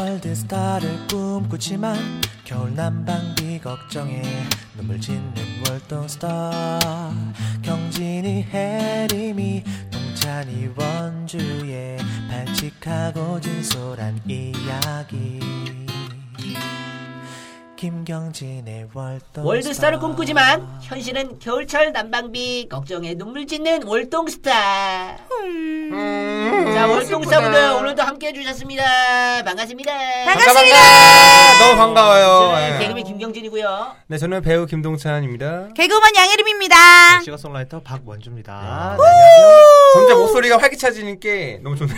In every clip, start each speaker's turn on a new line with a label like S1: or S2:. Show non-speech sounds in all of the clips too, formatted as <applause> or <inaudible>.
S1: 월드스타를 꿈꾸지만 겨울 난방비 걱정에 눈물 짓는 월동스타 경진이 해림이 동찬이 원주의 발칙하고 진솔한 이야기 김경진의 월동스타
S2: 월드스타를 꿈꾸지만 현실은 겨울철 난방비 걱정에 눈물 짓는 월동스타. 자 월동스타분들 오늘도 함께해 주셨습니다. 반갑습니다.
S3: 반갑습니다.
S4: 너무 반가워요.
S2: 저는
S4: 예.
S2: 개그맨 김경진이고요.
S4: 네, 저는 배우 김동찬입니다.
S3: 개그맨 양혜림입니다.
S2: 아.
S4: 아,
S1: 싱어송라이터 박원주입니다 네,
S4: 점점 목소리가 활기차지는 게 너무 좋네.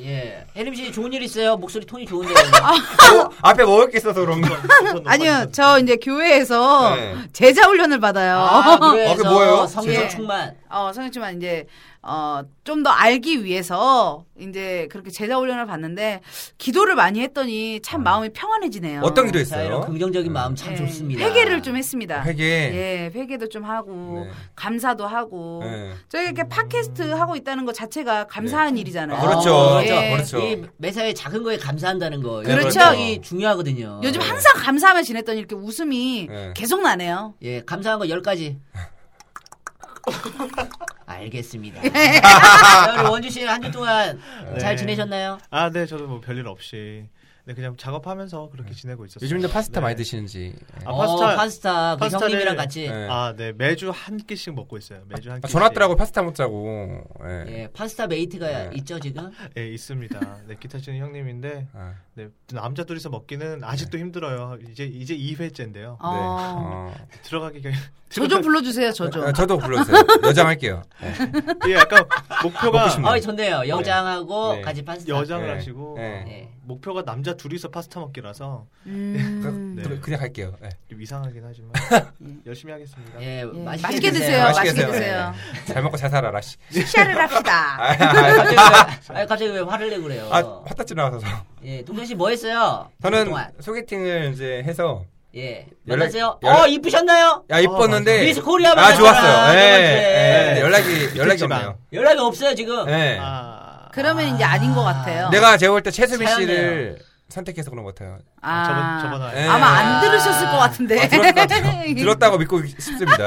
S2: 예, 혜림 씨 좋은 일 있어요? 목소리 톤이 좋은데. <laughs>
S4: 어, 앞에 먹을 게 있어서 그런가?
S3: 아니요, 저 이제 교회에서
S4: 네.
S3: 제자 훈련을 받아요.
S2: 아, 그래서
S4: 아, 그게 뭐예요?
S2: 성령
S3: 예.
S2: 충만.
S3: <laughs> 어, 성형치만 이제 어, 좀 더 알기 위해서 이제 그렇게 제자 훈련을 받는데 기도를 많이 했더니 참 마음이 평안해지네요.
S4: 어떤 기도
S2: 자, 이런
S4: 했어요?
S2: 긍정적인 마음 참
S3: 예,
S2: 좋습니다.
S3: 회개를 좀 했습니다.
S4: 회계.
S3: 예, 회개도 좀 하고
S4: 네.
S3: 감사도 하고
S4: 네.
S3: 저희가 이렇게 팟캐스트 하고 있다는 것 자체가 감사한 일이잖아요.
S4: 아, 그렇죠.
S2: 어, 그렇죠.
S3: 예.
S4: 그렇죠.
S2: 이 매사에 작은 거에 감사한다는 거.
S3: 그렇죠.
S4: 그러니까
S2: 이 중요하거든요.
S3: 요즘 항상 감사하며 지냈더니 이렇게 웃음이
S4: 네.
S3: 계속 나네요.
S2: 예, 감사한 거 10가지. 알겠습니다. 자, 우리 원주 씨는 한 주 동안 잘
S5: 네.
S2: 지내셨나요?
S5: 아, 네, 저도 뭐 별일 없이 네, 그냥 작업하면서 그렇게 지내고 있었어요.
S4: 요즘도 파스타
S5: 네.
S4: 많이 드시는지.
S5: 아, 파스타.
S2: 어, 파스타. 그
S5: 파스타를-
S2: 형님이랑 같이.
S4: 네.
S5: 아, 네, 매주 한 끼씩 먹고 있어요. 매주 한
S4: 아,
S5: 끼씩.
S4: 전화 왔더라고 파스타 먹자고. 예.
S2: 예, 파스타 메이트가 있죠, 지금?
S5: 예, 있습니다. 네, 기타 치는 형님인데,
S4: 아,
S5: 네, 남자 둘이서 먹기는 아직도 힘들어요. 이제, 이제
S2: 아.
S5: 2회째인데요.
S4: 네.
S3: 어.
S4: 어.
S5: 들어가기
S2: <laughs>
S5: 경
S3: 저 좀 불러주세요, 저 좀.
S4: 아, 저도 불러주세요. 여장 할게요.
S5: 예, 약간 목표가
S4: 먹고 싶네요.
S2: 어, 좋네요. 여장하고
S4: 네.
S2: 같이 파스타.
S5: 음. 여장을
S4: 네.
S5: 하시고
S4: 네.
S2: 네.
S5: 목표가 남자 둘이서 파스타 먹기라서
S3: <laughs> 음.
S5: 네.
S4: 그- 그냥 갈게요. 예.
S5: 좀 이상하긴
S2: <laughs>
S5: 하지만 열심히 하겠습니다.
S2: 예,
S3: 예,
S2: 맛있게,
S3: 맛있게
S2: 드세요.
S3: 드세요. 맛있게 드세요.
S4: 예. 잘 먹고 잘 살아, 라씨.
S3: 시샤를 합시다.
S2: <laughs> 아, 갑자기 왜, 아니, 갑자기 왜 화를 내고 그래요?
S4: 아,
S1: 어.
S4: 화딱지 나와서.
S2: 예, 동선 씨뭐 뭐, 했어요?
S4: 저는
S2: 그동안.
S4: 소개팅을 이제 해서
S2: 예.
S4: 연락-
S2: 만났어요?
S4: 연락-
S2: 어, 이쁘셨나요?
S4: 야 이뻤는데
S2: 어, 미스 코리아
S4: 아
S2: 만났잖아,
S4: 좋았어요. 예,
S2: 저번주에.
S4: 예. 근데 연락이 연락이
S5: 그치만.
S4: 없네요.
S2: 연락이 없어요, 어. 지금.
S4: 예.
S5: 아,
S3: 그러면 이제 아닌 것 같아요.
S4: 내가 제가 볼 때 최수빈
S2: 사연이에요.
S4: 씨를 선택해서 그런 것 같아요.
S3: 아,
S5: 저번 저번 화에
S4: 예.
S3: 아마 안 들으셨을 것
S2: 네.
S3: 같은데.
S4: 아, 들었을
S2: <laughs>
S4: 것
S3: <laughs>
S4: 같아요. 들었다고 믿고 싶습니다.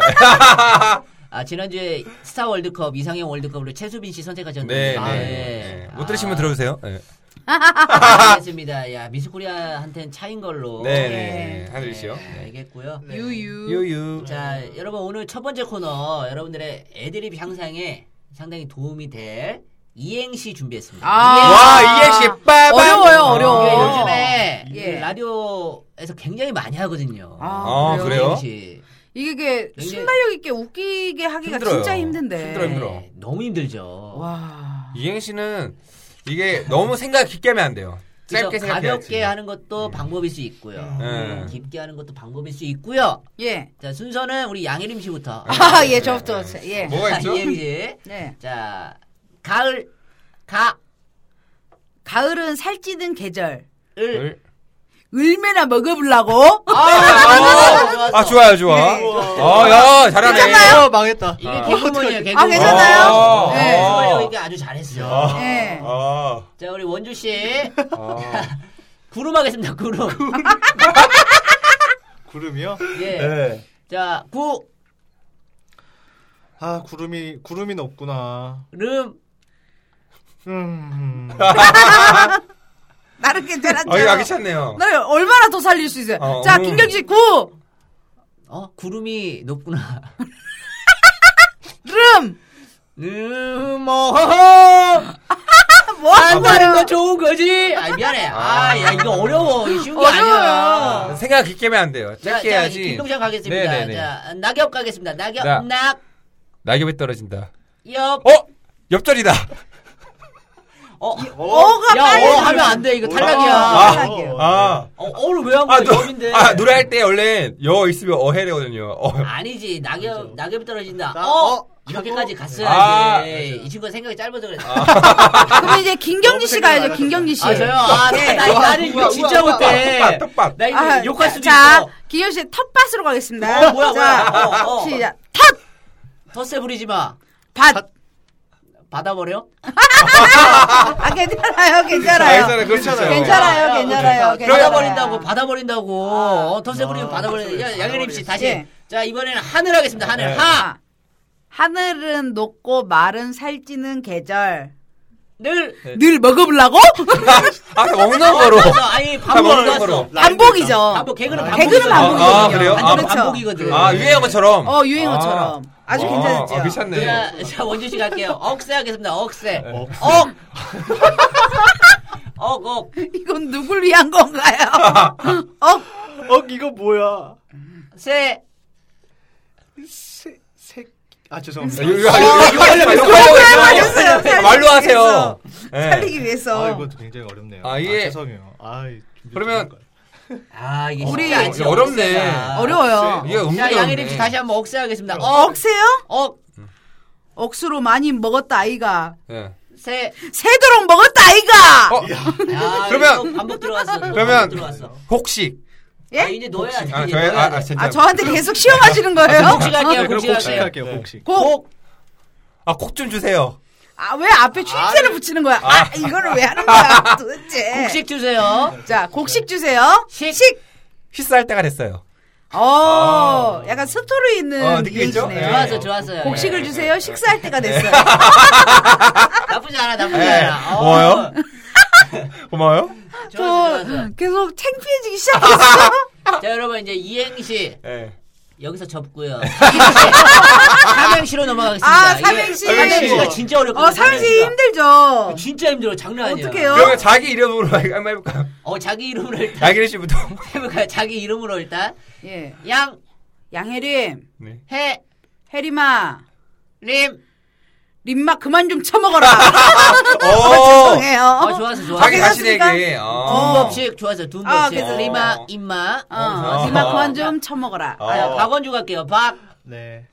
S2: 아, 지난주에 스타 월드컵, 이상형 월드컵으로 최수빈 씨 선택하셨는데.
S4: 네,
S2: 아,
S4: 네.
S2: 예.
S4: 네. 못 들으신 분 들어주세요. 네,
S2: 아, 알겠습니다. 야, 미스 코리아한텐 차인 걸로.
S4: 네,
S2: 예.
S4: 네. 네. 하늘 씨요.
S2: 예, 알겠고요.
S3: 유유.
S4: 유유.
S2: 자, 여러분 오늘 첫 번째 코너 여러분들의 애드립 향상에 상당히 도움이 될 이행시 준비했습니다.
S3: 아.
S4: 와 이행시 빠밤.
S3: 어려워요,
S2: 이게
S3: 어려워.
S2: 요즘에
S3: 예.
S2: 그 라디오에서 굉장히 많이 하거든요.
S3: 아,
S4: 아,
S3: 그래요?
S4: 그래요?
S2: 이행시.
S3: 이게 이게
S2: 굉장히-
S3: 순발력 있게 웃기게 하기가
S4: 힘들어요.
S3: 진짜 힘든데.
S4: 힘들어, 힘들어.
S2: 네, 너무 힘들죠.
S3: 와.
S4: 이행시는 이게 너무 생각 깊게 하면 안 돼요.
S2: 그래서
S4: 짧게 생각해야지.
S2: 가볍게 하는 것도 방법일 수 있고요. 음.
S4: 네.
S2: 깊게 하는 것도 방법일 수 있고요.
S3: 예.
S2: 자, 순서는 우리 양혜림 씨부터.
S3: 아,
S2: 네.
S3: 예, 저부터. 예.
S4: 뭐가 있죠?
S2: 이혜림 씨.
S3: 네.
S2: 자, 가을, 가,
S3: 가을은 살찌는 계절.
S2: 을.
S4: 을.
S3: 을매나 먹어보려고.
S2: 아, 좋았어, 좋았어.
S4: 아 좋아요 좋아. 아야 잘하네.
S5: 괜찮나요? 어, 망했다.
S2: 이게 개그맨이에요, 개그맨.
S3: 아, 괜찮아요?
S4: 아,
S2: 네.
S4: 아.
S2: 수월이 이게 아주 잘했어요.
S3: 예.
S4: 아.
S2: 자, 우리 원주 씨.
S4: 아.
S2: 구름 하겠습니다, 구름.
S5: 구름이요?
S2: 예.
S5: 네.
S2: 자, 구,
S5: 아 구름이 구름이 높구나.
S2: 름.
S5: 음.
S3: 나름 괜찮았죠.
S4: 아, 이거 괜찮네요.
S3: 나를 얼마나 더 살릴 수 있어요.
S4: 어,
S3: 자,
S4: 음.
S3: 김경진 구!
S2: 어, 구름이 높구나.
S3: 름!
S2: 음, 어허허!
S3: 뭐
S2: 안 다른 거 좋은 거지? 아, 미안해. 아, 야, 이거 어려워. 이거 쉬운 게
S3: 어려워요.
S2: 아니야.
S4: 생각 깊게 하면 안 돼요.
S2: 자,
S4: 짧게
S2: 자,
S4: 해야지.
S2: 김동찬 가겠습니다.
S4: 네네네.
S2: 자, 낙엽 가겠습니다. 낙엽,
S4: 나.
S2: 낙,
S4: 낙엽이 떨어진다.
S2: 옆.
S4: 어? 옆자리다.
S2: 어,
S3: 어가
S2: 야,
S3: 빨리
S2: 어 하면 안 돼. 이거 탈락이야.
S3: 아.
S4: 아.
S2: 어, 어를 왜 한 거야?
S4: 아, 노,
S2: 여인데.
S4: 아 노래할 때 원래 여 있으면 어해래거든요. 어.
S2: 아니지 낙엽 그렇죠. 낙엽이 떨어진다.
S5: 나-
S2: 어,
S5: 어?
S2: 이렇게까지
S4: 아,
S2: 갔어야지. 이 친구가 생각이 짧아서 그랬어. 아,
S3: 그러면 이제 김경진 씨 가야죠, 김경진 씨.
S2: 저요. 어, 아, 나, 나, 나, 나는 이거 진짜 못해.
S4: 떡밥, 떡밥.
S2: 나 이거
S3: 아,
S2: 욕할 수도
S3: 자,
S2: 있어.
S3: 김경진 씨 텃밭으로 가겠습니다.
S2: 어, 뭐야,
S3: 자,
S2: 뭐야. 어, 어.
S3: 시작. 텃!
S2: 덧세 부리지 마.
S3: 밭!
S2: 받아버려?
S3: 아 괜찮아요,
S4: 아,
S3: 괜찮아요.
S4: 괜찮아요. 그렇잖아요.
S3: 괜찮아요,
S2: 야,
S3: 괜찮아요. 괜찮아요.
S2: 받아버린다고, 받아버린다고. 어, 더 세버리면
S5: 아,
S2: 받아버려. 야, 양현림 씨, 다시.
S3: 예.
S2: 자, 이번에는 하늘 하겠습니다. 하늘.
S4: 네.
S2: 하!
S3: 아, 하늘은 높고 말은 살찌는 계절.
S2: 늘. 어,
S3: 늘 먹어보려고?
S2: <laughs>
S4: 아, 억나가로.
S2: 그래서 아니, 반복
S4: 먹는
S2: 안
S4: 거로.
S2: 왔어.
S3: 반복이죠.
S2: 반복, 개그는
S5: 아,
S2: 반복.
S3: 개그는 반복이거든요.
S4: 아, 그래요? 아,
S3: 완전 그렇죠.
S2: 반복이거든.
S4: 아, 유행한 것처럼.
S3: 어 유행어처럼 아, 주
S4: 와,
S3: 괜찮았죠.
S4: 아, 괜찮네. 네.
S2: 자, 자, 원준 씨 갈게요. 억세 하겠습니다. 억세.
S5: 어.
S2: 억. 억, 억.
S3: 이건 누굴 위한
S2: <laughs>
S3: 건가요? 어
S5: 어 이거 뭐야?
S2: 세.
S5: 새 새끼 아 죄송합니다.
S4: 이거, 이거, 이거, 이거 하려고 이거 하려고 했어요.
S3: 살려주세요, 살려주세요.
S4: 말로 하세요. 예.
S3: 살리기 위해서
S5: 아 이거 굉장히 어렵네요.
S4: 아, 이게-
S5: 아, 죄송해요. 아 준비
S4: 그러면-
S5: 좀 할까요?
S2: 아, 이게
S3: 우리
S2: 쉽지 않지,
S4: 어렵네.
S2: 억세가.
S3: 어려워요.
S4: 이게 음료가
S2: 자, 양혜림 아, 씨
S4: 없네. 어.
S2: 다시 한번 억세 하겠습니다. 억.
S3: 억세요?
S2: 억.
S3: 억수로 많이 먹었다 아이가
S4: 예.
S2: 세.
S3: 새도록 먹었다 아이가
S4: 어,
S2: 야,
S4: 그러면-
S2: 또 반복 들어갔어. 또
S4: 그러면-
S2: 반복 들어갔어.
S4: 혹시.
S3: 예?
S2: 아, 이제 넣어야지.
S4: 아,
S2: 이제
S4: 저희,
S2: 넣어야
S4: 아, 아,
S2: 돼.
S4: 진짜.
S3: 아 저한테 계속 시험하시는 거예요?
S2: 아, 복식 할게요.
S5: 네, 그럼
S2: 복식
S5: 곡식
S2: 할게요.
S5: 할게요. 곡식.
S3: 곡.
S4: 아, 곡 좀 주세요.
S3: 아 왜 앞에 추임새를 붙이는 거야? 아, 이거를 왜 하는 거야
S4: 아.
S3: 도대체
S2: 곡식 주세요.
S3: 자 곡식 주세요
S2: 식.
S4: 히스할 때가 됐어요.
S3: 어 약간 스토리 있는
S4: 어, 느끼겠죠?
S3: 이미지네요.
S4: 예.
S2: 좋았어, 좋았어요.
S3: 곡식을
S4: 예.
S3: 주세요 식사할 때가 됐어요
S2: 나쁘지 않아, 나쁘지
S4: 예.
S2: 않아. 어,
S4: 뭐요? 고마워요.
S2: 좋았어,
S3: 저
S2: 좋았어.
S3: 계속 창피해지기 시작했어
S2: 자, 여러분, 이제 이행시.
S4: 예.
S2: 여기서 접고요. 삼행시로 넘어가겠습니다. 예.
S3: 아, 삼행시.
S2: 삼행시가
S4: 삼행시.
S2: 진짜 어렵거든요.
S3: 어 삼시
S2: 삼행시가.
S3: 힘들죠
S2: 진짜 힘들어. 장난 아니야.
S3: 어떡해요?
S4: 그러면 자기 이름으로 <laughs> 한번 해볼까요?
S2: 어, 자기 이름으로 일단
S4: 양기리 씨부터.
S2: 해볼까요? 자기 이름으로 일단.
S3: 예
S2: 양,
S3: 양혜림
S4: 네.
S2: 해,
S3: 혜림아
S2: 림.
S3: 림마 그만 좀 쳐먹어라
S4: <laughs> 어,
S3: 죄송해요
S2: 어, 좋았어, 좋았어.
S4: 자기 자신에게.
S3: 괜찮습니까?
S4: 어.
S2: 둔법식 좋았어, 둔법식.
S3: 아, 그래서
S2: 리마,
S4: 어.
S2: 임마.
S3: 어,
S4: 어,
S3: 림마
S4: 어.
S3: 그만 좀 쳐먹어라
S4: 어.
S2: 아, 박원주 갈게요. 박,
S5: 네.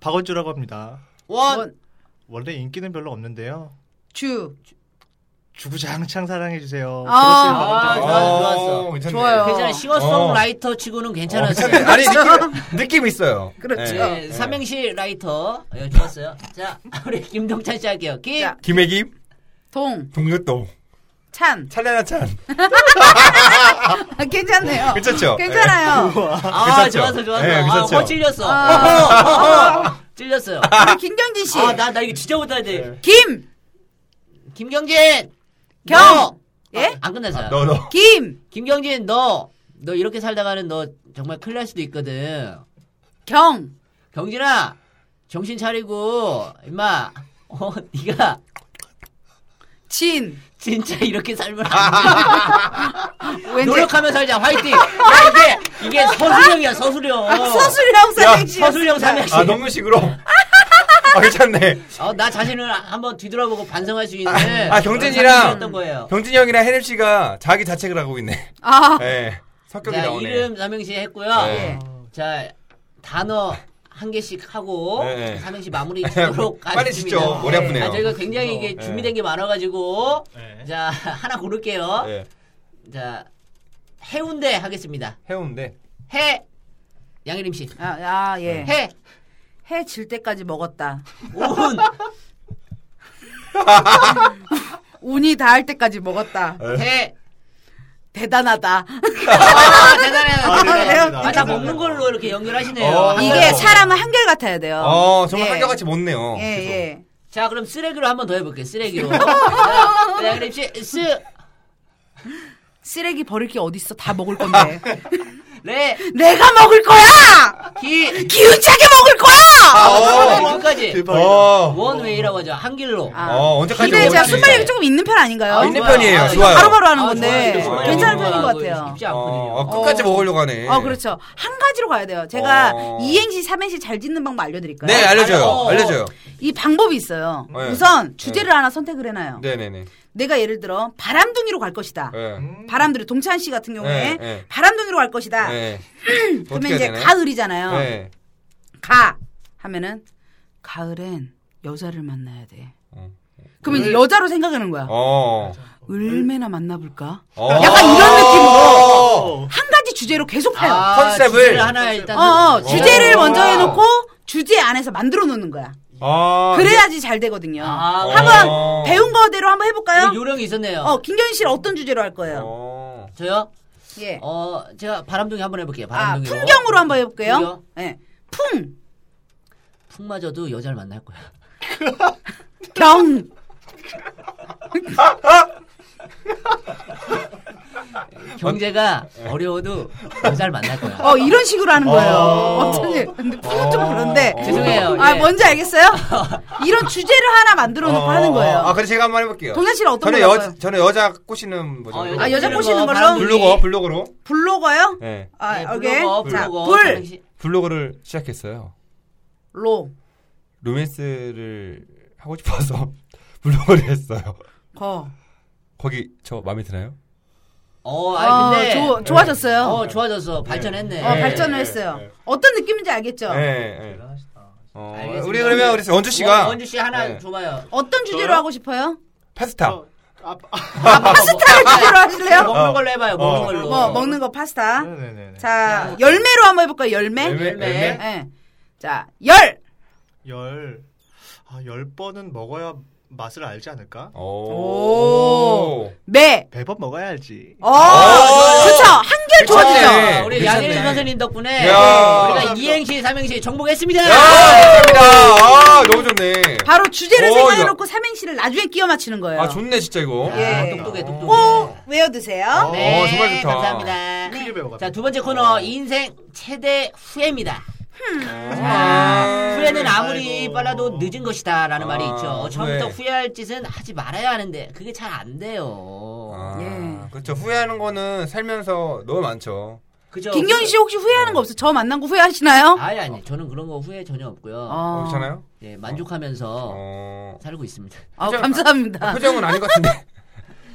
S5: 박원주라고 합니다.
S2: 원,
S5: 원래 인기는 별로 없는데요.
S3: 주
S5: 주구장창 사랑해 주세요.
S3: 아.
S5: 그렇지, 박원주.
S2: 아, 좋았어, 좋았어.
S4: 괜찮네.
S3: 좋아요.
S2: 괜찮아. 싱어송라이터 치고는 괜찮았어요.
S4: 괜찮네. 아니, 느낌, 느낌 있어요.
S3: 그렇죠.
S4: 예.
S2: 네, 삼행시 라이터. 예, 좋았어요. 자, <laughs> 우리 김동찬 씨 할게요. 김,
S3: 자.
S4: 김혜김,
S3: 동,
S4: 동료동,
S3: 찬.
S4: 찬란한 찬.
S3: 아, 괜찮네요.
S4: 괜찮죠? 예.
S3: 괜찮아요.
S2: 아,
S4: 괜찮죠?
S2: 좋았어, 좋았어.
S4: 예,
S2: 아,
S4: 괜찮죠?
S2: 어, 찔렸어.
S3: 아.
S2: 어, 어, <laughs> 찔렸어요.
S3: 우리 김경진 씨.
S2: 아, 나, 나 이거 진짜 못해야 돼.
S4: 네.
S3: 김,
S2: 김경진!
S3: 경!
S2: 너!
S3: 예?
S2: 아, 안 끝났어요.
S4: 너, 너.
S3: 김,
S2: 김경진, 너! 너 이렇게 살다가는 너 정말 큰일 날 수도 있거든.
S3: 경,
S2: 경진아! 정신 차리고, 임마, 어, <laughs> 니가
S3: 진.
S2: 진짜 이렇게 살면
S4: <laughs>
S2: 안 돼.
S3: 왠지
S2: 노력하며 살자, 화이팅! 야, 이게, 이게 서수령이야, 서수령.
S3: 아, 서술형 삼행시.
S2: 어. 서술형 삼행시.
S4: 아, 농구식으로. 아, 괜찮네.
S2: 어, 나 자신을 한번 뒤돌아보고 반성할 수 있는.
S4: 아, 아, 경진이랑.
S2: 던 거예요.
S4: 경진이 형이랑 혜림 씨가 자기 자책을 하고 있네.
S3: 아,
S4: 예. 성격이
S2: 자,
S4: 나오네.
S2: 이름 삼행시 했고요.
S4: 예.
S2: 자, 단어 한 개씩 하고
S4: 예, 예.
S2: 삼행시 마무리 짓도록
S4: <laughs> 빨리
S2: 하겠습니다.
S4: 짓죠. 머리 아프네요.
S2: 아, 저희가 굉장히 이게
S4: 예.
S2: 준비된 게 많아가지고
S5: 네.
S2: 자 <laughs> 하나
S3: 어?
S2: 고를게요.
S4: 예.
S2: 자 해운대 하겠습니다.
S4: 해운대.
S2: 해 양일임 씨.
S3: 아, 아, 예.
S2: 해
S3: 해 질 때까지 먹었다.
S2: 운
S3: 운이 닿을 때까지 먹었다.
S2: 해.
S3: 대단하다.
S2: <laughs> 아, 대단해요.
S5: 아,
S2: 대단해.
S5: 대단합니다.
S2: 아, 다
S5: 대단해요.
S2: 먹는 걸로 이렇게 연결하시네요.
S4: 어.
S3: 이게 사람은 한결 같아야 돼요.
S4: 어, 정말
S3: 예.
S4: 한결같이 못 내요.
S3: 예,
S4: 계속.
S3: 예.
S2: 자 그럼 쓰레기로 한번 더 해볼게요. 쓰레기로.
S3: <laughs>
S2: 자, 양일임 씨. 쓰.
S3: 쓰레기 버릴 게 어딨어? 다 먹을 건데.
S2: 레.
S3: <laughs> 내가 먹을 거야!
S2: 기.
S3: 기운차게 먹을
S4: 아,
S3: 거야!
S4: 어.
S2: 여기까지.
S4: 어.
S2: 원웨이라고 하죠. 한 길로.
S3: 아.
S4: 어, 언제까지
S3: 근데 제가
S4: 먹을지.
S3: 순발력이 조금 있는 편 아닌가요?
S4: 아, 있는 편이에요.
S2: 아,
S4: 좋아요.
S3: 바로바로 하는 건데
S4: 좋아요.
S3: 괜찮은
S4: 좋아요.
S3: 편인 것 같아요.
S2: 쉽지
S4: 어,
S2: 않거든요.
S4: 어, 끝까지
S3: 어.
S4: 먹으려고 하네.
S3: 어 그렇죠. 한 가지로 가야 돼요. 제가
S4: 어.
S3: 이행시, 삼행시 잘 짓는 방법 알려드릴까요?
S4: 네, 알려줘요.
S2: 어, 어.
S4: 알려줘요.
S3: 이 방법이 있어요.
S4: 네.
S3: 우선 주제를 하나 선택을 해놔요.
S4: 네네네.
S3: 내가 예를 들어 바람둥이로 갈 것이다.
S4: 예.
S3: 바람둥이 동찬 씨 같은 경우에
S4: 네, 네.
S3: 바람둥이로 갈 것이다.
S4: 예.
S3: 아. 그러면
S4: 어떻게
S3: 이제
S4: 해야 되나요?
S3: 가을이잖아요.
S4: 예.
S3: 가 하면은 가을엔 여자를 만나야 돼.
S4: 어.
S3: 그러면 이제 여자로 생각하는 거야.
S4: 어.
S3: 얼마나 만나볼까?
S4: 어.
S3: 약간 이런 느낌으로
S5: 아,
S4: 어.
S3: 한 가지 주제로 계속 파요.
S2: 아,
S4: 컨셉을.
S2: 주제를 하나 일단.
S3: 어, 어,
S4: 오.
S3: 주제를
S4: 오.
S3: 먼저 해놓고 주제 안에서 만들어 놓는 거야.
S4: 아,
S3: 그래야지 잘 되거든요.
S2: 아,
S3: 한번
S4: 어.
S3: 배운 거대로 한번
S2: 우리
S3: 해볼까요?
S2: 요령이 있었네요.
S3: 어, 김경희 씨는 어떤 주제로 할 거예요?
S4: 어.
S2: 저요?
S3: 예.
S2: 어, 제가 바람둥이 한번 해볼게요.
S3: 아,
S2: 바람둥이.
S3: 풍경으로 한번 해볼게요.
S2: 풍경?
S3: 예. 풍,
S2: 풍마저도 여자를 만날 거야.
S3: 경.
S2: 경제가 어려워도 여자를 만날 거야.
S3: 어, 이런 식으로 하는 거예요.
S5: 어.
S3: 어쩐지. 근데 풍은 좀 그런데.
S2: 죄송해요.
S3: 아,
S2: 예.
S3: 뭔지 알겠어요? 이런 주제를 하나 만들어 놓고 하는 거예요.
S4: 아, 그래 제가 한번 해볼게요.
S3: 동현 씨는 어떤
S4: 저는
S3: 거 할까요?
S4: 여 저는 여자 꼬시는 뭐죠?
S2: 어,
S4: 블로거.
S3: 아, 여자
S2: 부르는
S3: 꼬시는
S2: 거,
S3: 걸로?
S2: 바람둥이.
S4: 블로거 블로거로.
S3: 블로거요?
S4: 예.
S3: 아,
S2: 네,
S3: 오케이.
S2: 블로거,
S3: 자,
S2: 블로거.
S3: 불,
S4: 블로거를 시작했어요.
S3: 로,
S4: 로맨스를 하고 싶어서 <laughs> 블로거를 했어요.
S3: 거.
S4: 거기 저 마음에 드나요?
S2: 어,
S3: 아,
S2: 아니, 근데.
S3: 좋- 좋아졌어요.
S2: 어, 좋아졌어. 발전했네.
S3: 네. 어,
S4: 네.
S3: 발전을
S4: 네.
S3: 했어요.
S4: 네.
S3: 어떤 느낌인지 알겠죠?
S4: 예. 예.
S5: 대단하시다.
S4: 어,
S2: 아, 알겠습니다. 뭐,
S4: 우리 그러면 우리 원주 씨가
S2: 어, 원주 씨 하나
S4: 예.
S2: 줘봐요. 뭐,
S3: 어떤 주제로
S5: 저요?
S3: 하고 싶어요?
S4: 파스타.
S5: 저- 아,
S3: 파스타를
S2: 아,
S3: 주제로 하실래요?
S2: 먹는 걸로 해봐요. 먹는
S4: 어.
S2: 걸로.
S3: 뭐 먹는 거
S5: 아.
S3: 파스타.
S5: 네네네.
S3: 자, 열매로 한번 해볼까요? 열매.
S4: 열매?
S2: 뭐, 열매.
S3: 예. 자, 열.
S5: 열, 아, 열 번은 먹어야 맛을 알지 않을까?
S4: 오.
S3: 매.
S5: 배 번 먹어야 알지.
S3: 어, 좋죠. 한결 좋아지죠.
S4: 괜찮네.
S2: 어, 우리
S4: 괜찮네.
S2: 양일 선생님 덕분에
S4: 야.
S2: 우리가 이행시, 삼행시 정복했습니다.
S4: 야, 감사합니다. 아, 너무 좋네.
S3: 바로 주제를
S4: 어,
S3: 생각해놓고 삼행시를 나중에 끼워 맞추는 거예요.
S4: 아, 좋네 진짜 이거.
S3: 예.
S2: 똑똑해, 똑똑해.
S3: 꼭 외워두세요.
S5: 어.
S2: 네,
S4: 어, 정말 좋다.
S2: 감사합니다.
S5: 크게 아. 배워가.
S2: 자, 두 번째 코너, 인생 최대 후회입니다.
S4: 아,
S2: 후회는 아무리
S5: 아이고.
S2: 빨라도 늦은 것이다 라는
S4: 아,
S2: 말이 있죠. 처음부터
S4: 후회.
S2: 후회할 짓은 하지 말아야 하는데, 그게 잘 안 돼요.
S4: 아,
S3: 예.
S4: 그렇죠. 후회하는 거는 살면서 너무 많죠.
S2: 그죠? 네.
S3: 김경희 씨 혹시 후회하는 거 없어요? 저 만난 거 후회하시나요?
S2: 아니, 아니, 저는 그런 거 후회 전혀 없고요.
S4: 어,
S3: 어.
S4: 괜찮아요?
S2: 네, 만족하면서
S4: 어.
S2: 살고 있습니다. <laughs>
S3: 아,
S4: 표정-
S3: 감사합니다.
S4: 표정은 아닌 것 같은데.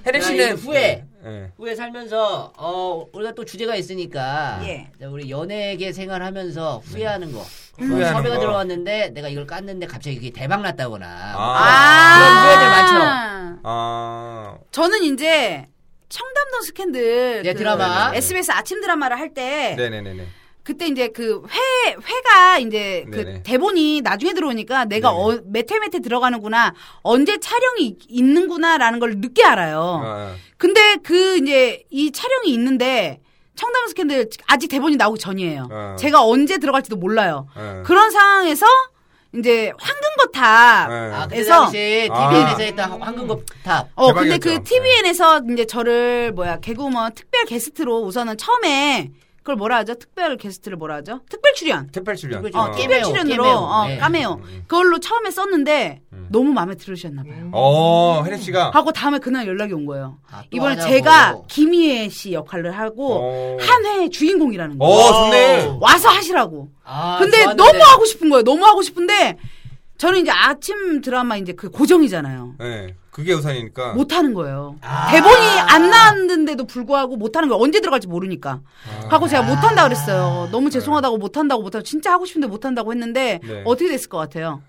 S4: 혜린
S2: 자,
S4: 씨는
S2: 이제 후회.
S4: 예.
S2: 후에 살면서 어 우리가 또 주제가 있으니까
S3: 예.
S2: 자, 우리 연예계 생활하면서 후회하는 거
S4: 음. 후회하는
S2: 섭외가
S4: 거.
S2: 들어왔는데 내가 이걸 깠는데 갑자기 이게 대박 났다거나
S4: 아.
S2: 그런 후회들 많죠?
S4: 아.
S3: 저는 이제 청담동 스캔들
S2: 예, 드라마.
S3: SBS 아침 드라마를 할 때
S4: 네, 네, 네, 네.
S3: 그때 이제 그 회, 회가 이제 그
S4: 네네.
S3: 대본이 나중에 들어오니까 내가
S4: 네네.
S3: 어, 메테메테 들어가는구나 언제 촬영이 있- 있는구나라는 걸 늦게 알아요.
S4: 아,
S3: 근데 그 이제 이 촬영이 있는데 청담 스캔들 아직 대본이 나오기 전이에요.
S2: 아.
S4: 어.
S3: 제가 언제 들어갈지도 몰라요.
S4: 어.
S3: 그런 상황에서 이제 황금거탑
S4: 네.
S2: 아, 그때
S3: 그래서-
S2: 당시 TVN에서
S4: 아.
S2: 했던 황금겁탑
S3: 어, 근데
S4: 대박이었죠.
S3: 그 TVN에서 이제 저를 뭐야 개그우먼 특별 게스트로 우선은 처음에 그걸 뭐라 하죠? 특별 게스트를 뭐라 하죠? 특별 출연.
S4: 특별 출연.
S2: 특별
S3: 어,
S2: 아,
S3: 특별
S2: 깨메오,
S3: 출연으로
S2: 깨메오.
S3: 어,
S2: 네.
S3: 까메오. 그걸로 처음에 썼는데 너무 마음에 들으셨나 봐요.
S4: 어, 혜린 씨가
S3: 하고 다음에 그날 연락이 온 거예요.
S2: 아, 또
S3: 이번에
S2: 하자고.
S3: 제가 김희애 씨 역할을 하고
S4: 오.
S3: 한 회의 주인공이라는 거.
S4: 어, 좋네.
S3: 와서 하시라고.
S2: 아,
S3: 근데
S2: 좋았는데.
S3: 너무 하고 싶은 거예요. 너무 하고 싶은데 저는 이제 아침 드라마 이제 그 고정이잖아요.
S4: 예. 그게 우선이니까.
S3: 못 하는 거예요.
S2: 아.
S3: 대본이 안 나왔는데도 불구하고 못 하는 거예요. 언제 들어갈지 모르니까.
S4: 아.
S3: 하고 제가 못
S2: 아.
S3: 한다 그랬어요. 너무 죄송하다고 못 한다고 못 하고 진짜 하고 싶은데 못 한다고 했는데
S4: 네.
S3: 어떻게 됐을 것 같아요?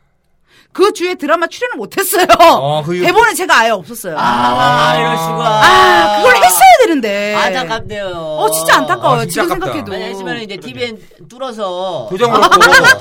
S3: 그 주에 드라마 출연을 못 했어요. <laughs>
S4: 아, 그 이유-
S3: 대본에 제가 아예 없었어요. 아,
S2: 아, 이럴 수가
S3: 그걸 했어야 되는데.
S2: 아, 안타깝네요
S3: 어, 진짜 안타까워요.
S4: 아, 진짜
S3: 지금
S4: 아깝다.
S3: 생각해도.
S2: 만약 했으면 이제 TVN 뚫어서
S4: 도장으로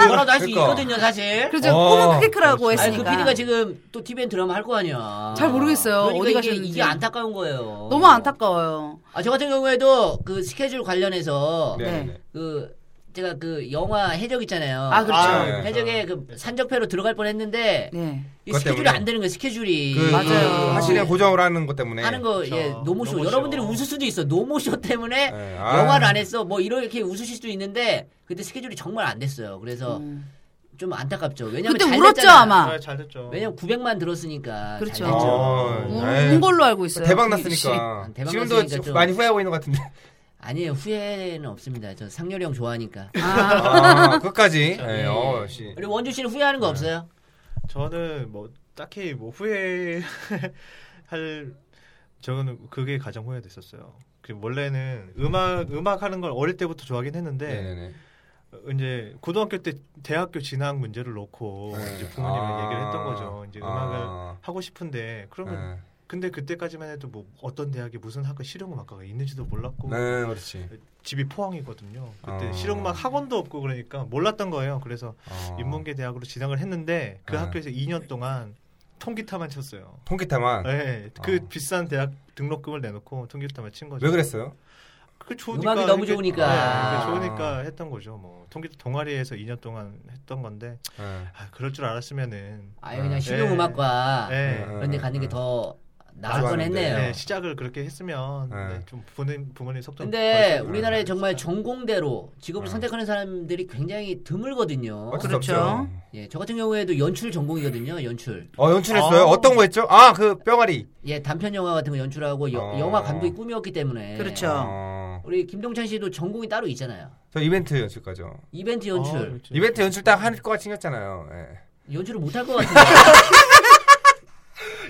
S2: 뭐라도 할 수
S4: 그러니까.
S2: 있거든요 사실
S3: 그래서
S4: 어,
S3: 꿈은 크게 크라고
S4: 그렇지.
S2: 아니 그
S3: 했으니까.
S2: PD가 지금 또 TVN 드라마 할 거 아니야.
S3: 잘 모르겠어요.
S2: 그러니까
S3: 어디
S2: 이게,
S3: 가셨는지.
S2: 이게 안타까운 거예요.
S3: 너무 안타까워요.
S2: 아, 저 같은 경우에도 그 스케줄 관련해서
S4: 네, 네, 네.
S2: 그 제가 그 영화 해적 있잖아요.
S3: 아, 그렇죠.
S5: 아, 네.
S2: 해적에 그 산적패로 들어갈 뻔했는데
S3: 네.
S2: 이
S4: 그것
S2: 스케줄이
S4: 때문에.
S2: 안 되는 거예요. 스케줄이
S4: 그,
S3: 맞아요.
S4: 그 하시네 고정을 하는 것 때문에.
S2: 하는 거
S5: 그렇죠.
S2: 예, 노모쇼.
S5: 노모쇼.
S2: 여러분들이 웃을 수도 있어. 노모쇼 때문에
S4: 네, 아.
S2: 영화를 안 했어. 뭐 이렇게 웃으실 수도 있는데 그때 스케줄이 정말 안 됐어요. 그래서 좀 안타깝죠. 왜냐면
S3: 음. 그때
S2: 잘
S3: 울었죠,
S2: 됐잖아요.
S3: 아마.
S5: 아, 잘 됐죠.
S2: 왜냐면 900만 들었으니까
S3: 그렇죠.
S2: 잘 됐죠.
S4: 어,
S3: 운,
S4: 네.
S3: 운 걸로 알고 있어요. 그
S4: 대박
S3: 씨.
S4: 났으니까.
S2: 대박
S4: 지금도
S2: 났으니까 좀.
S4: 많이 후회하고 있는 것 같은데.
S2: 아니에요 후회는 없습니다. 저 상렬이 형 좋아하니까. <laughs>
S4: 아, 끝까지. 예, 어, 역시.
S2: 우리 원주 씨는 후회하는 거 없어요?
S5: 저는 뭐 딱히 뭐 <laughs> 후회할 저는 그게 가장 후회됐었어요. 그 원래는 음악 음악 하는 걸 어릴 때부터 좋아하긴 했는데
S4: 네네네.
S5: 이제 고등학교 때 대학교 진학 문제를 놓고
S4: 네.
S5: 뭐 이제 부모님이
S4: 아.
S5: 얘기를 했던 거죠. 이제
S4: 아.
S5: 음악을 하고 싶은데 그러면
S4: 예.
S5: 근데 그때까지만 해도 뭐 어떤 대학에 무슨 학과 실용음 학과가 있는지도 몰랐고
S4: 네, 그렇지.
S5: 집이 포항이거든요. 그때
S4: 어.
S5: 실용음악 학원도 없고 그러니까 몰랐던 거예요. 그래서
S4: 어.
S5: 인문계 대학으로 진학을 했는데 그
S4: 네.
S5: 학교에서 2년 동안 통기타만 쳤어요.
S4: 통기타만
S5: 네, 그
S4: 어.
S5: 비싼 대학 등록금을 내놓고 통기타만 친 거죠.
S4: 왜 그랬어요?
S5: 그 좋으니까
S2: 음악이 너무
S5: 이게-
S2: 좋으니까.
S5: 네, 이게 좋으니까 했던 거죠. 뭐 통기타 동아리에서 2년 동안 했던 건데
S4: 네.
S5: 아, 그럴 줄 알았으면은
S2: 아예 그냥
S5: 네.
S2: 실용음악과
S5: 네.
S2: 그런 데 가는 게 더 나았건
S4: 맞아요.
S2: 했네요.
S5: 네, 시작을 그렇게 했으면
S4: 네.
S5: 네, 좀 부모님 부모님 속도.
S2: 근데
S5: 덜-
S2: 우리나라에 정말 전공대로 직업을
S4: 어.
S2: 선택하는 사람들이 굉장히 드물거든요.
S4: 어쩔 수
S3: 그렇죠.
S4: 없죠.
S2: 예, 저 같은 경우에도 연출 전공이거든요. 연출.
S4: 어 연출했어요.
S5: 아.
S4: 어떤 거 했죠? 아 그 뿅아리.
S2: 예, 단편 영화 같은 거 연출하고 여-
S4: 어.
S2: 영화 감독이 꿈이었기 때문에.
S3: 그렇죠.
S4: 어.
S2: 우리 김동찬 씨도 전공이 따로 있잖아요.
S4: 저 이벤트 연출가죠.
S2: 이벤트
S5: 아,
S2: 연출.
S5: 그렇죠.
S4: 이벤트 연출 딱 할 거가 생겼잖아요. 예.
S2: 연출을 못할 것 같은데.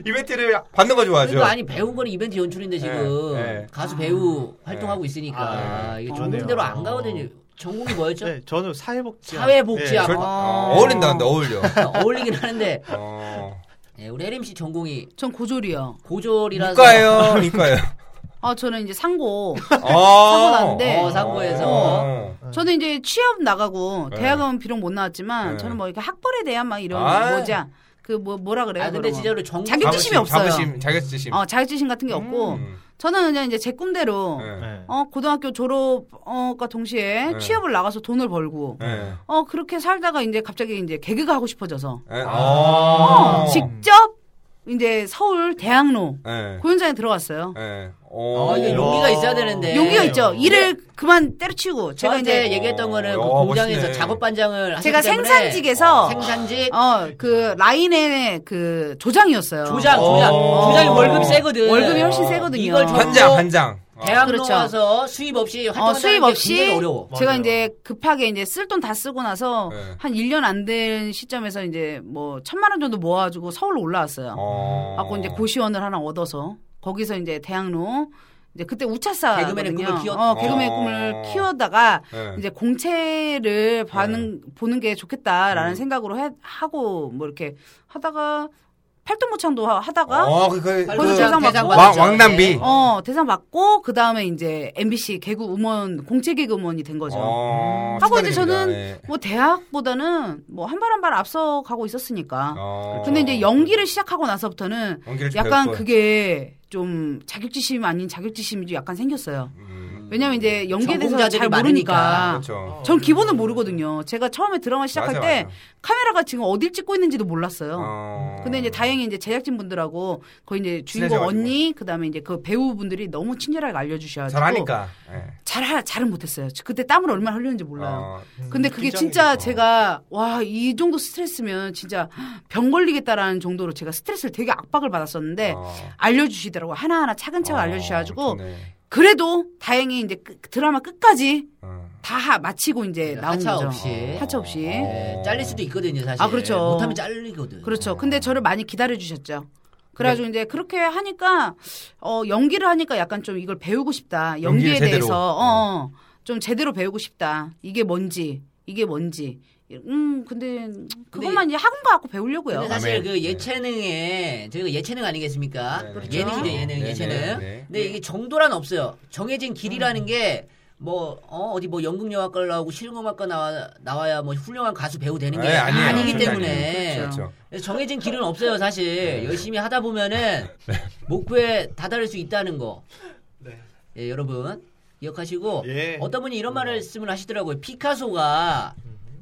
S4: 이벤트를 받는 거 좋아하죠.
S2: 그러니까 아니 배운 거는 이벤트 연출인데 지금
S4: 예, 예.
S2: 가수 배우 활동하고 있으니까
S5: 아, 예.
S2: 이게
S5: 아,
S2: 전공대로
S5: 그러네요.
S2: 안 가거든요. 전공이 뭐였죠?
S5: 네, 저는 사회복지
S2: 그렇죠?
S5: 네.
S2: 사회복지학.
S4: 절-
S3: 아.
S4: 어, 어울린다 근데 어울려.
S2: 어울리긴 하는데
S4: 어.
S2: 예, 우리 혜림 씨 전공이
S3: 전 고졸이요.
S2: 고졸이라서
S4: 이과예요. 이과예요. 어.
S3: 아 저는 이제
S4: <laughs>
S3: 상고.
S4: 사고
S3: 났는데.
S2: 어, 사고에서.
S3: 저는 이제 취업 나가고
S4: 네.
S3: 대학은 비록 못 나왔지만
S4: 네.
S3: 저는 뭐 이렇게 학벌에 대한 막 이런
S4: 아.
S3: 뭐자 그 뭐 뭐라 그래요?
S2: 아 근데
S3: 그런 거.
S2: 진짜로 전공
S3: 자격증 자격지심이 없어요.
S4: 자부심, 자격지심.
S3: 어 자격지심 같은 게 없고
S4: 음. 예.
S3: 저는 그냥 이제 제 꿈대로
S5: 네.
S3: 어 고등학교 졸업과 동시에
S4: 네.
S3: 취업을 나가서 돈을 벌고
S4: 예. 예.
S3: 어 그렇게 살다가 이제 갑자기 이제 개그가 하고 싶어져서
S4: 예.
S3: 어,
S4: 아.
S3: 직접 이제 서울 대학로
S4: 예.
S3: 고현장에 들어갔어요.
S4: 예.
S2: 아, 이게
S5: 어.
S2: 용기가 있어야 되는데.
S3: 용기가 있죠.
S5: 네.
S3: 일을 그만 때려치고 제가 이제
S2: 얘기했던 거는 그
S4: 어,
S2: 공장에서
S4: 멋있네.
S2: 작업 반장을
S3: 제가
S2: 하셨기 때문에
S3: 생산직에서
S2: 생산직
S3: 어 그 라인의 그 조장이었어요.
S2: 조장 조장
S4: 어.
S2: 조장이 월급 세거든.
S3: 월급이 훨씬 세거든요.
S2: 이걸 좀-
S4: 반장, 반장. 어.
S2: 대학
S3: 그렇죠.
S2: 나와서 수입 없이
S3: 어,
S2: 활동하는
S3: 수입
S2: 게
S3: 없이
S2: 굉장히 어려워.
S3: 제가
S5: 맞아요.
S3: 이제 급하게 이제 쓸 돈 다 쓰고 나서
S4: 네.
S3: 한 1년 안 된 시점에서 이제 뭐 천만 원 정도 모아가지고 서울로 올라왔어요.
S4: 어.
S3: 갖고 아, 이제 고시원을 하나 얻어서 거기서 이제 대학로 이제 그때 우차사
S2: 개그맨의 꿈을 키웠-
S3: 어, 개그맨의
S4: 어.
S3: 꿈을 키워다가
S4: 예.
S3: 이제 공채를 봐는
S4: 네.
S3: 보는 게 좋겠다라는 생각으로 해- 하고 뭐 이렇게 하다가 팔뚝무창도 하- 하다가
S4: 어, 그, 그,
S2: 팔-
S3: 거기서
S4: 그-
S3: 대상
S2: 대상
S3: 받고
S2: 받았죠.
S4: 왕- 왕남비.
S2: 예.
S3: 어, 대상 받고 그 다음에 이제 MBC 개그 음원 공채 개그 음원이 된 거죠. 음.
S4: 어,
S3: 하고 이제
S4: 축하드립니다.
S3: 저는
S4: 예.
S3: 뭐 대학보다는 뭐 한 발 한 발 앞서 가고 있었으니까.
S4: 어.
S3: 아,
S4: 그렇죠,
S3: 근데 이제 연기를 시작하고 나서부터는
S4: 연기를 좀
S3: 약간
S4: 배웠고.
S3: 그게 좀 자격지심 아닌 자격지심이 좀 약간 생겼어요.
S4: 음,
S3: 왜냐면 이제 연기에 대해서
S2: 전공자들이
S3: 잘 모르니까.
S4: 그렇죠.
S3: 전 기본을 모르거든요. 제가 처음에 드라마 시작할
S4: 맞아,
S3: 때
S4: 맞아.
S3: 카메라가 지금 어딜 찍고 있는지도 몰랐어요.
S4: 어.
S3: 근데 이제 다행히 이제 제작진 분들하고 거의 이제 주인공
S4: 친해져가지고.
S3: 언니 그다음에 이제 그 배우분들이 너무 친절하게 알려주셔가지고
S4: 잘하니까. 예.
S3: 잘 하- 잘은 못했어요. 그때 땀을 얼마나 흘렸는지 몰라요.
S4: 어,
S3: 근데 그게 진짜 제가 와 이 정도 스트레스면 진짜 병 걸리겠다라는 정도로 제가 스트레스를 되게 압박을 받았었는데
S4: 어.
S3: 알려주시더라고 요 하나하나 차근차근
S4: 어,
S3: 알려주셔가지고
S4: 좋네.
S3: 그래도 다행히 이제 끝- 드라마 끝까지
S4: 어.
S3: 다 하- 마치고 이제 나온
S2: 네, 하차
S3: 거죠.
S2: 없이.
S3: 하차 없이.
S2: 예, 잘릴 수도 있거든요, 사실.
S3: 네. 아, 그렇죠.
S2: 못하면 잘리거든.
S3: 그렇죠. 근데 저를 많이 기다려 주셨죠.
S4: 네.
S3: 그래가지고 이제 그렇게 하니까 어 연기를 하니까 약간 좀 이걸 배우고 싶다.
S4: 연기를
S3: 연기에
S4: 제대로. 네.
S3: 대해서 어, 좀 제대로 배우고 싶다. 이게 뭔지 이게 뭔지. 음 근데 그것만 이제 학원 가고 배우려고요.
S2: 근데 사실
S4: 아멘.
S2: 그 예체능에 저희가 예체능 아니겠습니까?
S4: 네,
S3: 그렇죠.
S2: 예능이죠 예능
S4: 네, 네,
S2: 예체능.
S4: 네.
S2: 근데 이게 정도란 없어요. 정해진 길이라는
S3: 음.
S2: 게 뭐 어, 어디 뭐 연극영화과 나오고 실용음악과 나와 나와야 뭐 훌륭한 가수 배우 되는 게
S4: 네, 아니에요.
S2: 아니기
S4: 절대
S2: 때문에
S4: 아니에요. 그렇죠.
S2: 그래서 정해진 길은
S5: 네.
S2: 없어요 사실 열심히 하다 보면은 목표에 다다를 수 있다는 거.
S5: 네.
S2: 예 여러분 기억하시고
S5: 예.
S2: 어떤 분이 이런 말씀을 하시더라고요. 피카소가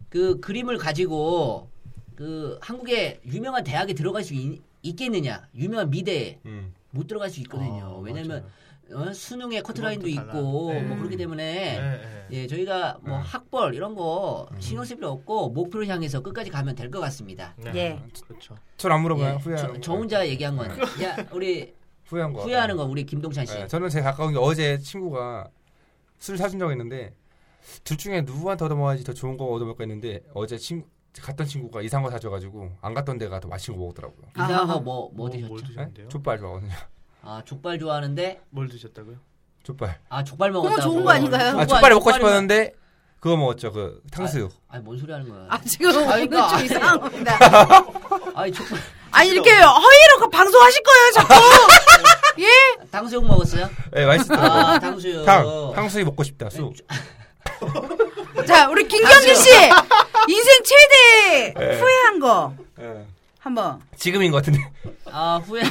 S2: 그 그림을 가지고 그 한국의 유명한 대학에 들어갈 수 있, 겠느냐 유명한 미대에
S4: 음.
S2: 못 들어갈 수 있거든요.
S5: 아,
S2: 왜냐면 어, 수능에 커트라인도
S5: 그건 또
S2: 있고
S5: 달라. 네.
S2: 뭐 그렇기 때문에
S5: 네, 네. 음.
S2: 예 저희가 뭐 학벌 이런 거 신경 쓸 필요 없고 목표를 향해서 끝까지 가면 될 것 같습니다.
S5: 네.
S3: 예.
S5: 그렇죠.
S4: 저안 물어봐요.
S2: 예,
S4: 후회하는
S2: 저,
S4: 거.
S2: 저 혼자 얘기한 건.
S3: 네.
S2: 야 우리
S4: 후회한 거.
S2: 후회하는 거 우리 김동찬 씨.
S4: 예, 저는 제일 가까운 게 어제 친구가 술 사준 적이 있는데 둘 중에 누구한테 얻어먹어야지 더 좋은 거 얻어먹을까 했는데 어제 친구 갔던 친구가 이상한 거 사줘가지고 안 갔던 데가 더 맛있는 거 먹더라고요.
S2: 이상한
S3: 아하.
S2: 거뭐뭐
S5: 뭐,
S2: 드셨죠?
S5: 뭘
S4: 예?
S5: 드셨는데요?
S4: 족발 좋아하거든요. <laughs>
S2: 아 족발 좋아하는데
S5: 뭘 드셨다고요?
S4: 족발.
S2: 아 족발
S3: 그건
S2: 먹었다고.
S3: 좋은 거 아닌가요?
S4: 아
S2: 족발,
S4: 족발을 먹고
S2: 족발이-
S4: 싶었는데 그거 먹었죠. 그 탕수육.
S2: 아니 뭔 소리 하는 거야?
S3: 아 지금 오늘
S2: 그러니까. <laughs>
S3: 좀 이상합니다.
S2: 아니 족발
S3: 아니 이렇게 허위로 그 방송하실 거예요 자꾸. 예?
S2: 당수육 먹었어요?
S4: 네, 맛있더라고요. <laughs>
S2: 아, 네, 당수육.
S4: 탕, 탕수육 먹고 싶다. 수.
S3: 자 우리 김경준 씨 인생 최대
S4: 네.
S3: 후회한 거
S4: 예.
S3: 한번.
S4: 지금인 것 같은데.
S2: 아,
S4: <laughs>
S2: 후회.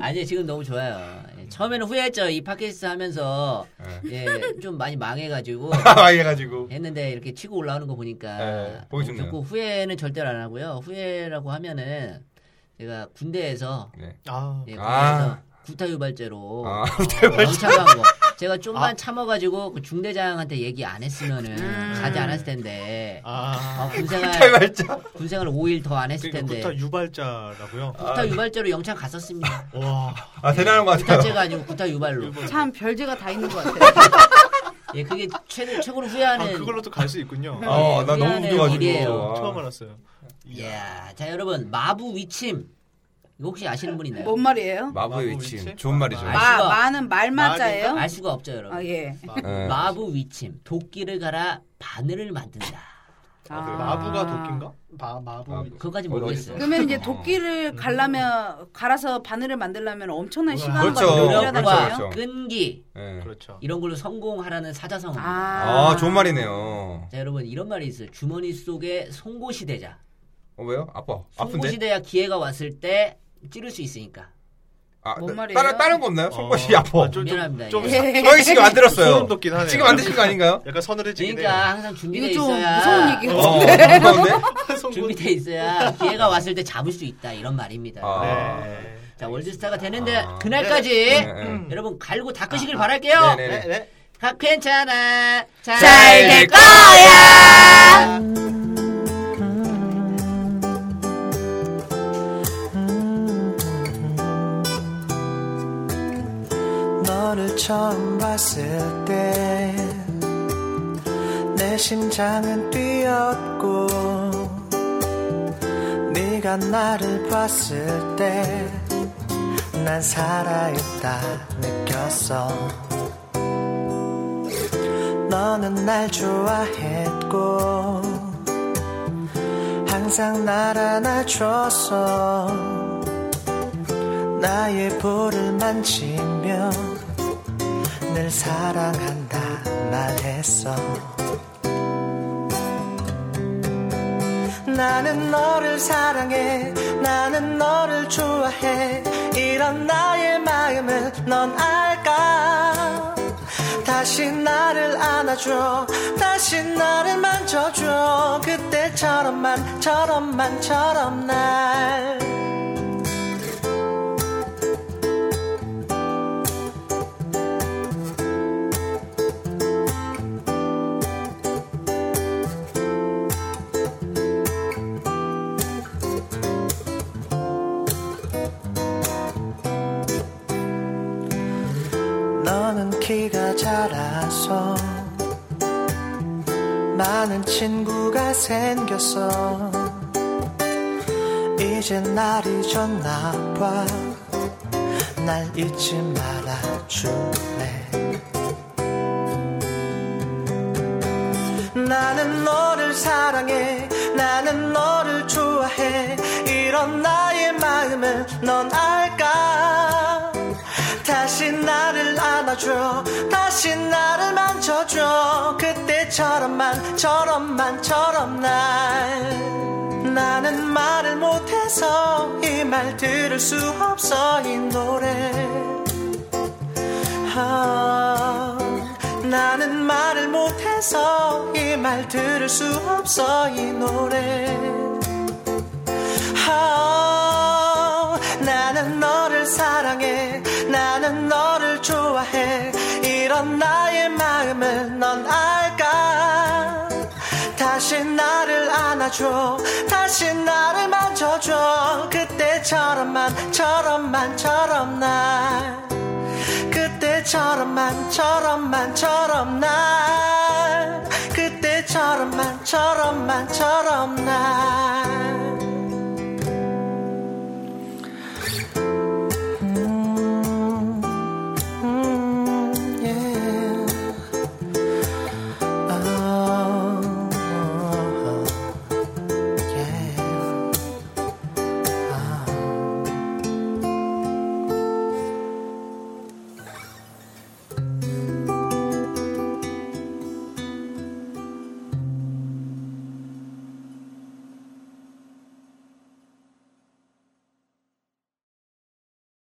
S2: 아니, 지금 너무 좋아요. 예, 처음에는 후회했죠. 이 팟캐스트 하면서.
S4: <laughs>
S2: 예, 좀 많이 망해가지고.
S4: 아, 이래가지고.
S2: 했는데 이렇게 치고 올라오는 거 보니까
S4: 예, 보기 좋네요.
S2: 좋고 후회는 절대로 안 하고요. 후회라고 하면은 제가 군대에서
S4: 네.
S5: 아,
S2: 예, 군대에서
S4: 아.
S2: 구타유발죄로 어,
S4: 아, <laughs>
S2: 영창한 거. 제가 좀만 참아가지고 그 중대장한테 얘기 안 했으면은 가지 않았을 텐데.
S5: 음. 아,
S2: 아, 군생활
S4: 탈발자.
S2: 군생활 5일 더 안 했을
S5: 그러니까
S2: 텐데. 아.
S5: 구타 유발자라고요.
S2: 구타 유발죄로 영창
S4: <laughs>
S2: 갔었습니다.
S5: 와,
S4: 아, 대단한 것 같아요.
S2: 구타죄가 아니고 구타 유발로.
S3: 참 별제가 다 있는 것 같아요.
S2: 예, 그게 최, 최고로
S5: 아,
S2: 후회하는.
S5: 그걸로 또 갈 수 있군요.
S4: 아, 어, 나 너무
S2: 후회하는 일이에요.
S4: 웃겨가지고.
S5: 처음
S4: 아.
S5: 알았어요.
S2: 이야, 자 여러분 마부 위침 이거 혹시 아시는 분 있나요?
S3: 뭔 말이에요?
S4: 예. 마부의
S5: 마부
S4: 위침.
S5: 위침?
S4: 좋은 말이죠.
S2: 아,
S3: 마
S2: 수가.
S3: 마는 말마자예요?
S2: 알 수가 없죠, 여러분.
S3: 아 예.
S4: 예.
S2: 마부 위침, 도끼를 갈아 바늘을 만든다.
S5: 아, 그래요? 마부가 도끼인가? 마, 마부.
S4: 마부.
S2: 그거까지
S4: 어,
S2: 모르겠어요.
S4: 어디서?
S3: 그러면 이제 도끼를 갈라면 갈아서 바늘을 만들려면 엄청난 시간과
S4: 그렇죠.
S3: 노력이
S2: 노력과
S3: 필요하단 말이에요.
S4: 그렇죠.
S2: 끈기
S4: 예.
S5: 그렇죠.
S2: 이런 걸로 성공하라는 사자성어입니다.
S3: 아,
S4: 아, 좋은 말이네요.
S2: 자 여러분 이런 말이 있어요. 주머니 속에 송곳이 대자.
S4: 어, 왜요? 아파.
S2: 송곳이
S4: 아픈데?
S2: 대야 기회가 왔을 때 찌를 수 있으니까.
S4: 아,
S3: 뭔
S4: 나-
S3: 말이에요?
S4: 다른, 다른 거 없나요? 손끝이
S5: 어,
S4: 아파.
S5: 아, 좀,
S2: 미안합니다,
S3: 예.
S5: 좀,
S2: 이게.
S5: 좀
S4: 저희 지금 안 들었어요.
S5: 소름 돋긴 하네요.
S4: 지금 안 드신 거 아닌가요?
S5: 약간 서늘해지긴
S2: 그러니까 항상 준비돼
S3: 이거 좀
S2: 있어야
S3: 무서운 얘기.
S4: 어,
S3: <laughs>
S4: 무서운데?
S5: <laughs> 해요. 송곳-
S2: 준비돼 있어야 기회가 왔을 때 잡을 수 있다 이런 말입니다.
S4: 아.
S5: 네.
S2: 자 월드스타가 되는데
S4: 아.
S2: 그날까지
S4: 네, 네.
S2: 여러분 갈고 닦으시길 바랄게요.
S4: 네, 네.
S5: 네, 네.
S2: 다 괜찮아.
S3: 잘 될 거야.
S1: 너를 처음 봤을 때 내 심장은 뛰었고 네가 나를 봤을 때 난 살아있다 느꼈어 너는 날 좋아했고 항상 날 안아줬어 나의 볼을 만지며 늘 사랑한다 말했어 나는 너를 사랑해 나는 너를 좋아해 이런 나의 마음을 넌 알까 다시 나를 안아줘 다시 나를 만져줘 그때처럼만 저럼만 저럼 날 너는 키가 자라서 많은 친구가 생겼어 이제 날이 좋나 봐날 잊지 말아줄래 나는 너를 사랑해 나는 너를 좋아해 이런 나의 마음을 넌 알까 다시 나를 안아줘 다시 나를 만져줘 그때처럼만 저럼만 저럼 날 나는 말을 못해서 이 말 들을 수 없어 이 노래 아, 나는 말을 못해서 이 말 들을 수 없어 이 노래 아, 나는 너를 사랑해 나는 너를 좋아해 이런 나의 마음을 넌 알까 다시 나를 안아줘 다시 나를 만져줘 그때처럼만 저럼만 저럼 날 그때처럼만 저럼만 저럼 날 그때처럼만 저럼만 저럼 날 음, 예. 아, 어, 예.